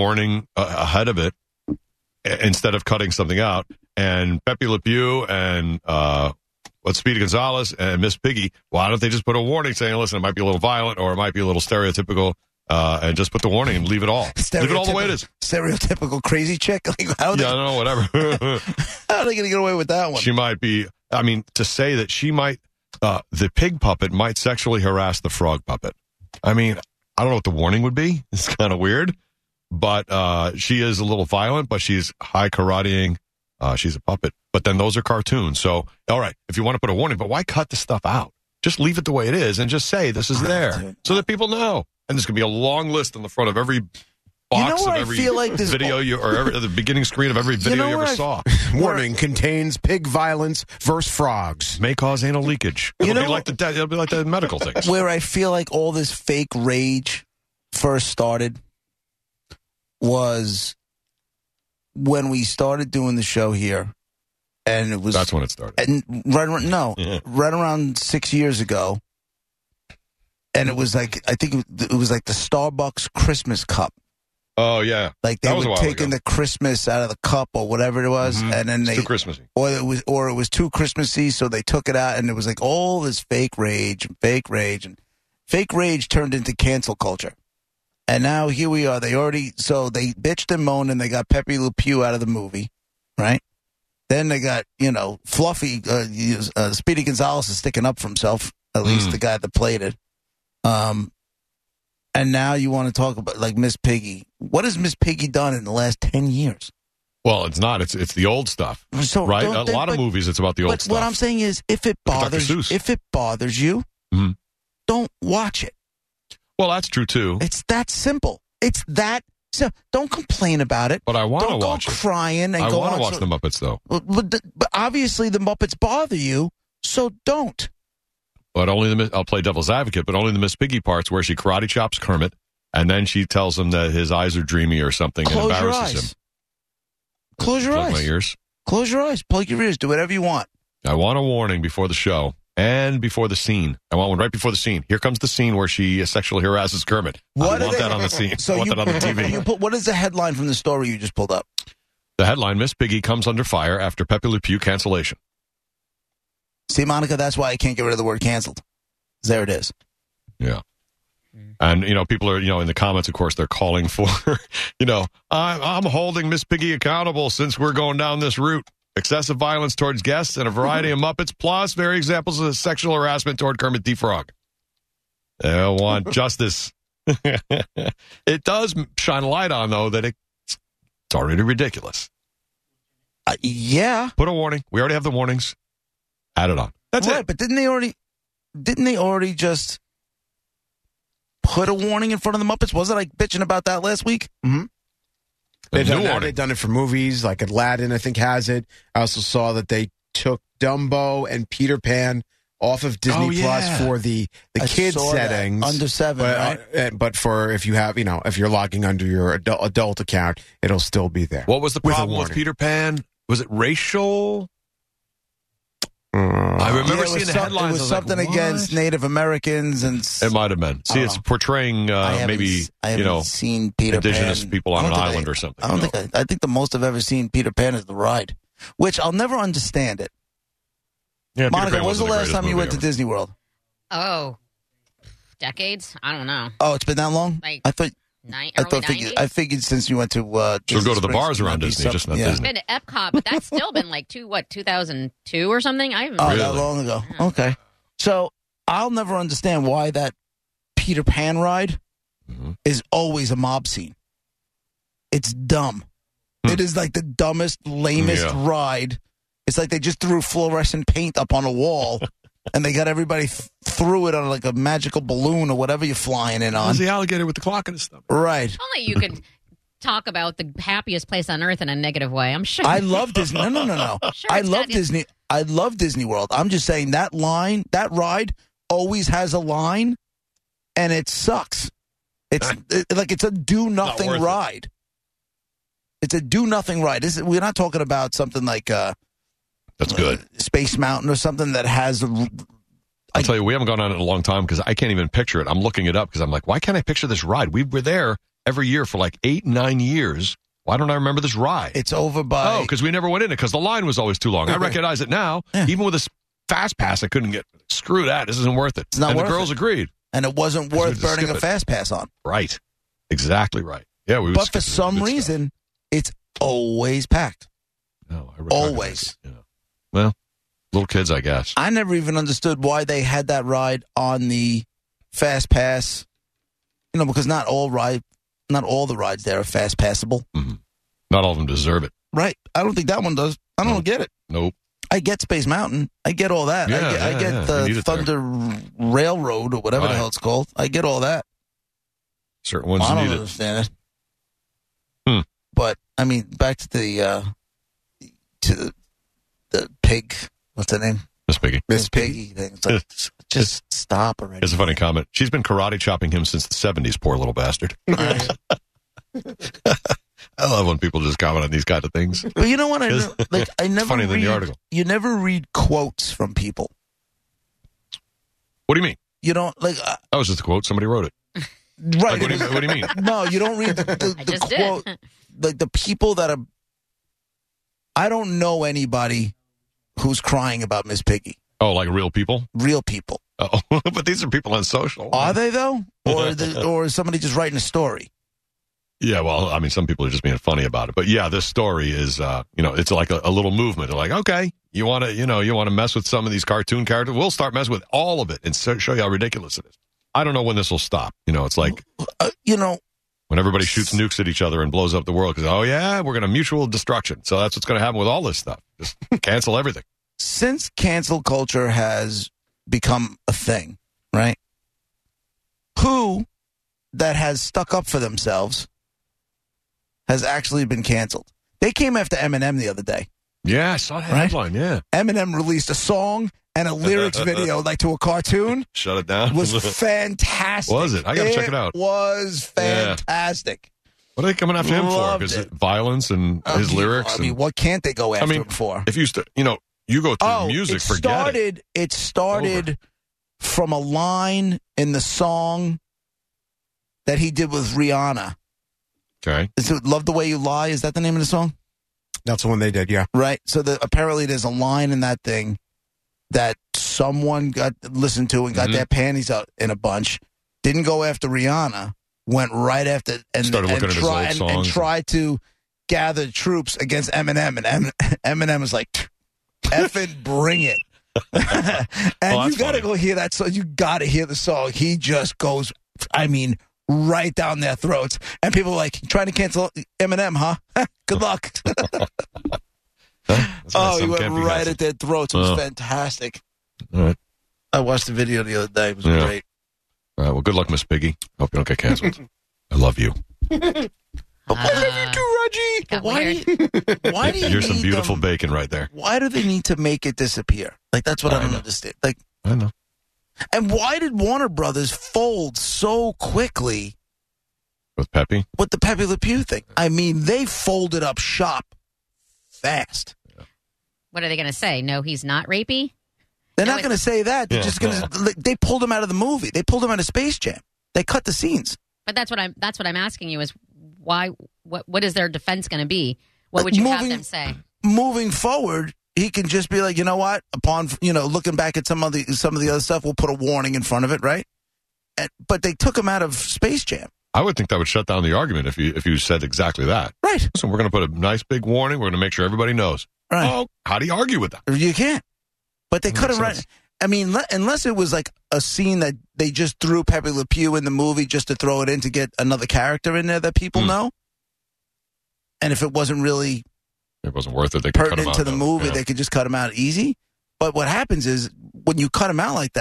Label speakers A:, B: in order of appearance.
A: warning uh, ahead of it a- instead of cutting something out. And Pepe Le Pew and uh, what's Speedy Gonzalez and Miss Piggy, why don't they just put a warning saying, listen, it might be a little violent or it might be a little stereotypical, uh, and just put the warning and leave it all. Leave it all the way it is.
B: Stereotypical crazy chick. Like how, are Oh, they,
A: Yeah, I don't know, whatever.
B: how are they going to get away with that one?
A: she might be i mean to say that she might uh, the pig puppet might sexually harass the frog puppet i mean i don't know what the warning would be it's kind of weird but uh, she is a little violent but she's high karateing uh, she's a puppet but then those are cartoons so all right if you want to put a warning but why cut the stuff out just leave it the way it is and just say this is there so that people know and there's going to be a long list on the front of every
B: You know
A: box
B: where I
A: of every
B: feel like this-
A: video you or every, the beginning screen of every video you,
B: know
A: ever
B: where I-
A: saw
C: Warning contains pig violence versus frogs.
A: may cause anal leakage.
B: You
A: It'll be
B: know-
A: like the de- it'll be like the medical things.
B: where I feel like all this fake rage first started was when we started doing the show here, and it was
A: That's when it started.
B: and right around, no,
A: Yeah.
B: right around six years ago, and it was like I think it was like the Starbucks Christmas cup.
A: Oh yeah,
B: Like they
A: That was a
B: were
A: while
B: taking
A: ago.
B: the Christmas out of the cup or whatever it was,
A: Mhm.
B: and then
A: it's
B: they
A: too Christmassy.
B: or it was or it was too Christmassy, so they took it out, and it was like all this fake rage and fake rage and fake rage turned into cancel culture. And now here we are. They already so they bitched and moaned, and they got Pepe Le Pew out of the movie, right? Then they got you know Fluffy uh, uh, Speedy Gonzalez is sticking up for himself. At least
A: Mm.
B: the guy that played it. Um, and now you want to talk about like Miss Piggy? What has Miss Piggy done in the last ten years?
A: Well, it's not. It's it's the old stuff,
B: So
A: right?
B: Oh, don't
A: A
B: they-
A: lot of
B: but-
A: movies. It's about the old
B: but
A: stuff.
B: what I'm saying is, if it
A: Like Dr.
B: bothers,
A: Seuss.
B: if it bothers you,
A: Mhm.
B: don't watch it.
A: well, that's true too.
B: It's that simple. It's that. So don't complain about it.
A: But I want to
B: Don't go
A: watch. it.
B: crying and
A: I
B: go
A: want
B: on
A: to watch
B: so-
A: the Muppets though,
B: But, but, the- but obviously, the Muppets bother you, so don't.
A: but only the Miss- I'll play devil's advocate, but only the Miss Piggy parts where she karate chops Kermit, and then she tells him that his eyes are dreamy or something,
B: Close
A: and
B: your
A: embarrasses
B: eyes.
A: him.
B: Close your
A: Plug
B: eyes.
A: my ears.
B: Close your eyes. Plug your ears. Do whatever you want.
A: I want a warning before the show and before the scene. I want one right before the scene. Here comes the scene where she sexually harasses Kermit.
B: What
A: I
B: are
A: want
B: they-
A: that on the scene. I want
B: you,
A: that on the TV.
B: you put what is the headline from the story you just pulled up?
A: The headline: Miss Piggy comes under fire after Pepe Le Pew cancellation.
B: See, Monica, that's why I can't get rid of the word canceled. There it is.
A: Yeah. And you know, people are you know in the comments, of course, they're calling for you know I'm, I'm holding Miss Piggy accountable since we're going down this route. Excessive violence towards guests and a variety of Muppets, plus very examples of sexual harassment toward Kermit the Frog. They want justice. it does shine a light on though that it, it's already ridiculous.
B: Uh, yeah.
A: Put a warning. We already have the warnings. Add it on. That's
B: right,
A: it.
B: But didn't they already? Didn't they already just put a warning in front of the Muppets? Wasn't I bitching about that last week?
A: A
C: They've
A: new
C: done, that.
A: warning.
C: They've done it for movies like Aladdin, I think, has it. I also saw that they took Dumbo and Peter Pan off of Disney
A: Oh, yeah.
C: Plus for the the
B: I
C: kid
B: saw that.
C: settings.
B: under seven,
C: but,
B: right?
C: uh, uh, but for if you have, you know, if you're logging under your adult, adult account, it'll still be there.
A: What was the
C: With a
A: problem with
C: warning.
A: Peter Pan? Was it racial?
C: Mm.
A: I
B: Yeah,
A: remember
B: it was
A: seeing the
B: some-
A: headlines.
B: It was
A: I like,
B: something
A: "What?"
B: against Native Americans and s-
A: It might have been. See,
B: don't
A: it's
B: know.
A: portraying
B: I
A: uh,
B: haven't
A: maybe
B: s- I haven't
A: you know
B: seen Peter
A: indigenous
B: Pan.
A: people on
B: I
A: an
B: don't think
A: island
B: I,
A: or something.
B: I don't
A: No.
B: think I, I think the most I've ever seen Peter Pan is the ride, which I'll never understand it.
A: yeah, Peter
B: Monica,
A: Pan
B: when was the
A: wasn't
B: last
A: greatest
B: time you
A: movie
B: went
A: ever.
B: to Disney World?
D: Oh, decades? I don't know.
B: Oh, it's been that long.
D: Like,
B: I thought
D: Nine,
B: I
D: early
B: thought figured,
D: 90s?
B: I figured since you went to uh,
A: She'll go to the
B: Springs,
A: bars
B: it might
A: around
B: be
A: Disney,
B: some-
A: just not
B: yeah.
A: Disney.
D: been to Epcot, but that's still been like two what 2002 or something. I haven't.
B: Oh, that
A: Really?
B: long ago.
D: Yeah.
B: Okay. So I'll never understand why that Peter Pan ride
A: Mhm.
B: is always a mob scene. It's dumb.
A: Hmm.
B: It is like the dumbest, lamest
A: Yeah.
B: ride. It's like they just threw fluorescent paint up on a wall and they got everybody th- threw it on like a magical balloon or whatever you're flying in
A: It was
B: on.
A: the alligator with the clock in his stomach.
B: Right.
D: If Only you could talk about the happiest place on earth in a negative way. I'm sure.
B: I love Disney. No, no, no, no.
D: Sure,
B: I
D: it's
B: love
D: got it.
B: Disney. I love Disney World. I'm just saying that line, that ride always has a line, and it sucks. It's it- like it's a do nothing
A: worth it.
B: ride. It's a do nothing ride. This is, we're not talking about something like uh,
A: That's good.
B: Space Mountain or something that has. a-
A: I'll
B: I-
A: tell you, we haven't gone on it in a long time because I can't even picture it. I'm looking it up because I'm like, why can't I picture this ride? We were there every year for like eight, nine years. Why don't I remember this ride?
B: It's over by.
A: oh, because we never went in it because the line was always too long. I recognize it now.
B: Yeah.
A: Even with this fast pass, I couldn't get. Screw that. This isn't worth it.
B: It's not
A: and
B: worth
A: the girls agreed.
B: and it wasn't
A: Because we
B: worth
A: just
B: burning
A: skip
B: a
A: it.
B: fast pass on.
A: Right. Exactly right. Yeah, we. would
B: But
A: skip
B: for
A: it.
B: some
A: Good stuff.
B: reason, it's always packed.
A: No, I recognize
B: Always.
A: it, Yeah. Well, little kids, I guess.
B: I never even understood why they had that ride on the fast pass. You know, because not all ride, not all the rides there are fast passable.
A: Not all of them deserve it.
B: Right. I don't think that one does. I don't
A: No.
B: get it.
A: Nope.
B: I get Space Mountain. I get all that.
A: Yeah,
B: I get,
A: yeah,
B: I
A: yeah.
B: get
A: You need
B: the
A: it there.
B: Thunder Railroad or whatever
A: Right.
B: the hell it's called. I get all that.
A: Certain ones
B: I don't
A: need it.
B: understand it.
A: Hmm.
B: But I mean, back to the uh, to the, the pig. What's her name?
A: Miss Piggy.
C: Miss
B: Miss Piggy thing. It's like, just stop already.
A: It's a funny comment. She's been karate chopping him since the 70s, poor little bastard. I love when people just comment on these kind of things.
B: But you know what? I
A: It's-
B: know, like. I never
A: funnier
B: read,
A: than the article.
B: You never read quotes from people.
A: What do you mean?
B: You don't like uh,
A: That was just a quote. Somebody wrote it.
B: right.
A: Like, what, do you, what do you mean?
B: no, you don't read the, the,
D: I
B: the
D: just
B: quote.
D: did.
B: Like the people that are. I don't know anybody who's crying about Miss Piggy.
A: Oh, like real people?
B: Real people
A: Oh, but these are people on social.
B: are they though, or the, or is somebody just writing a story?
A: Yeah, well, I mean, some people are just being funny about it, but yeah, this story is, uh, you know, it's like a, a little movement. They're like, okay, you want to, you know, you want to mess with some of these cartoon characters, we'll start messing with all of it and so, show you how ridiculous it is. I don't know when this will stop. You know, it's like
B: Uh, you know,
A: when everybody shoots nukes at each other and blows up the world because, oh yeah, we're going to mutual destruction. So that's what's going to happen with all this stuff. Just cancel everything.
B: since cancel culture has become a thing, right? Who that has stuck up for themselves has actually been canceled? They came after Eminem the other day.
A: Yeah, I saw that
B: Right?
A: headline. Yeah,
B: Eminem released a song and a lyrics video like to a cartoon
A: shut it down.
B: was fantastic.
A: Was it? I gotta check it out.
B: Was
A: Yeah.
B: fantastic.
A: what are they coming after him for?
B: Loved
A: Because
B: it.
A: violence and
B: I
A: his
B: mean,
A: lyrics.
B: I mean,
A: and-
B: what can't they go after
A: mean,
B: him for?
A: if you, st- you know, you go through music,
B: Oh, it
A: forget it.
B: started. It, started from a line in the song that he did with Rihanna.
A: Okay.
B: Is it "Love the Way You Lie"? Is that the name of the song?
C: That's the one they did. Yeah.
B: Right. So the, apparently, there's a line in that thing that someone got listened to and got
A: Mhm.
B: their panties out in a bunch. Didn't go after Rihanna. Went right after and
A: Started
B: and,
A: looking at his
B: try-
A: old
B: and- and
A: songs.
B: tried to gather troops against Eminem, and em, Eminem was like, "Effing bring it." and
A: Oh, that's
B: you gotta
A: funny.
B: go hear that song. You gotta hear the song. He just goes, I mean, right down their throats. And people are like trying to cancel Eminem, huh? Good luck.
A: That's why
B: oh, he
A: some
B: went
A: can't be
B: right
A: canceled.
B: at their throats. It was
A: Oh.
B: fantastic.
A: All right.
B: I watched the video the other day. It was
A: Yeah.
B: great.
A: All right. Well, good luck, Miss Piggy. Hope you don't get canceled. I love you.
B: Oh,
D: Ah,
B: Reggie.
D: got
B: why?
D: weird.
B: Do you, why do you?
A: Here's some
B: need
A: beautiful
B: them-
A: bacon right there.
B: Why do they need to make it disappear? Like that's what I,
A: Oh, I
B: don't
A: know.
B: understand. Like,
A: I know.
B: and why did Warner Brothers fold so quickly
A: With Peppy.
B: with the Pepe Le Pew thing? I mean, they folded up shop fast.
D: What are they going to say? No, he's not rapey.
B: They're
D: No,
B: not
D: it-
B: going to say that. They're
A: Yeah,
B: just going to. They pulled him out of the movie. They pulled him out of Space Jam. They cut the scenes.
D: But that's what I'm. That's what I'm asking you is why. What What is their defense going to be? What would you have
B: Moving-
D: them say?
B: moving forward, he can just be like, you know what? Upon you know, looking back at some of the some of the other stuff, we'll put a warning in front of it, right? And, but they took him out of Space Jam,
A: I would think that would shut down the argument if you if you said exactly that.
B: right?
A: Listen, we're going to put a nice big warning. We're going to make sure everybody knows.
B: Right.
A: Oh, how do you argue with that?
B: You can't. But they
A: That
B: cut
A: makes
B: him right.
A: sense.
B: I mean, le- unless it was like a scene that they just threw Pepe Le Pew in the movie just to throw it in to get another character in there that people
A: Hmm.
B: know. And if it wasn't really
A: It wasn't worth it. They could cut him
B: pertinent
A: out,
B: to the
A: though.
B: movie.
A: Yeah.
B: They could just cut him out easy. But what happens is when you cut him out like that,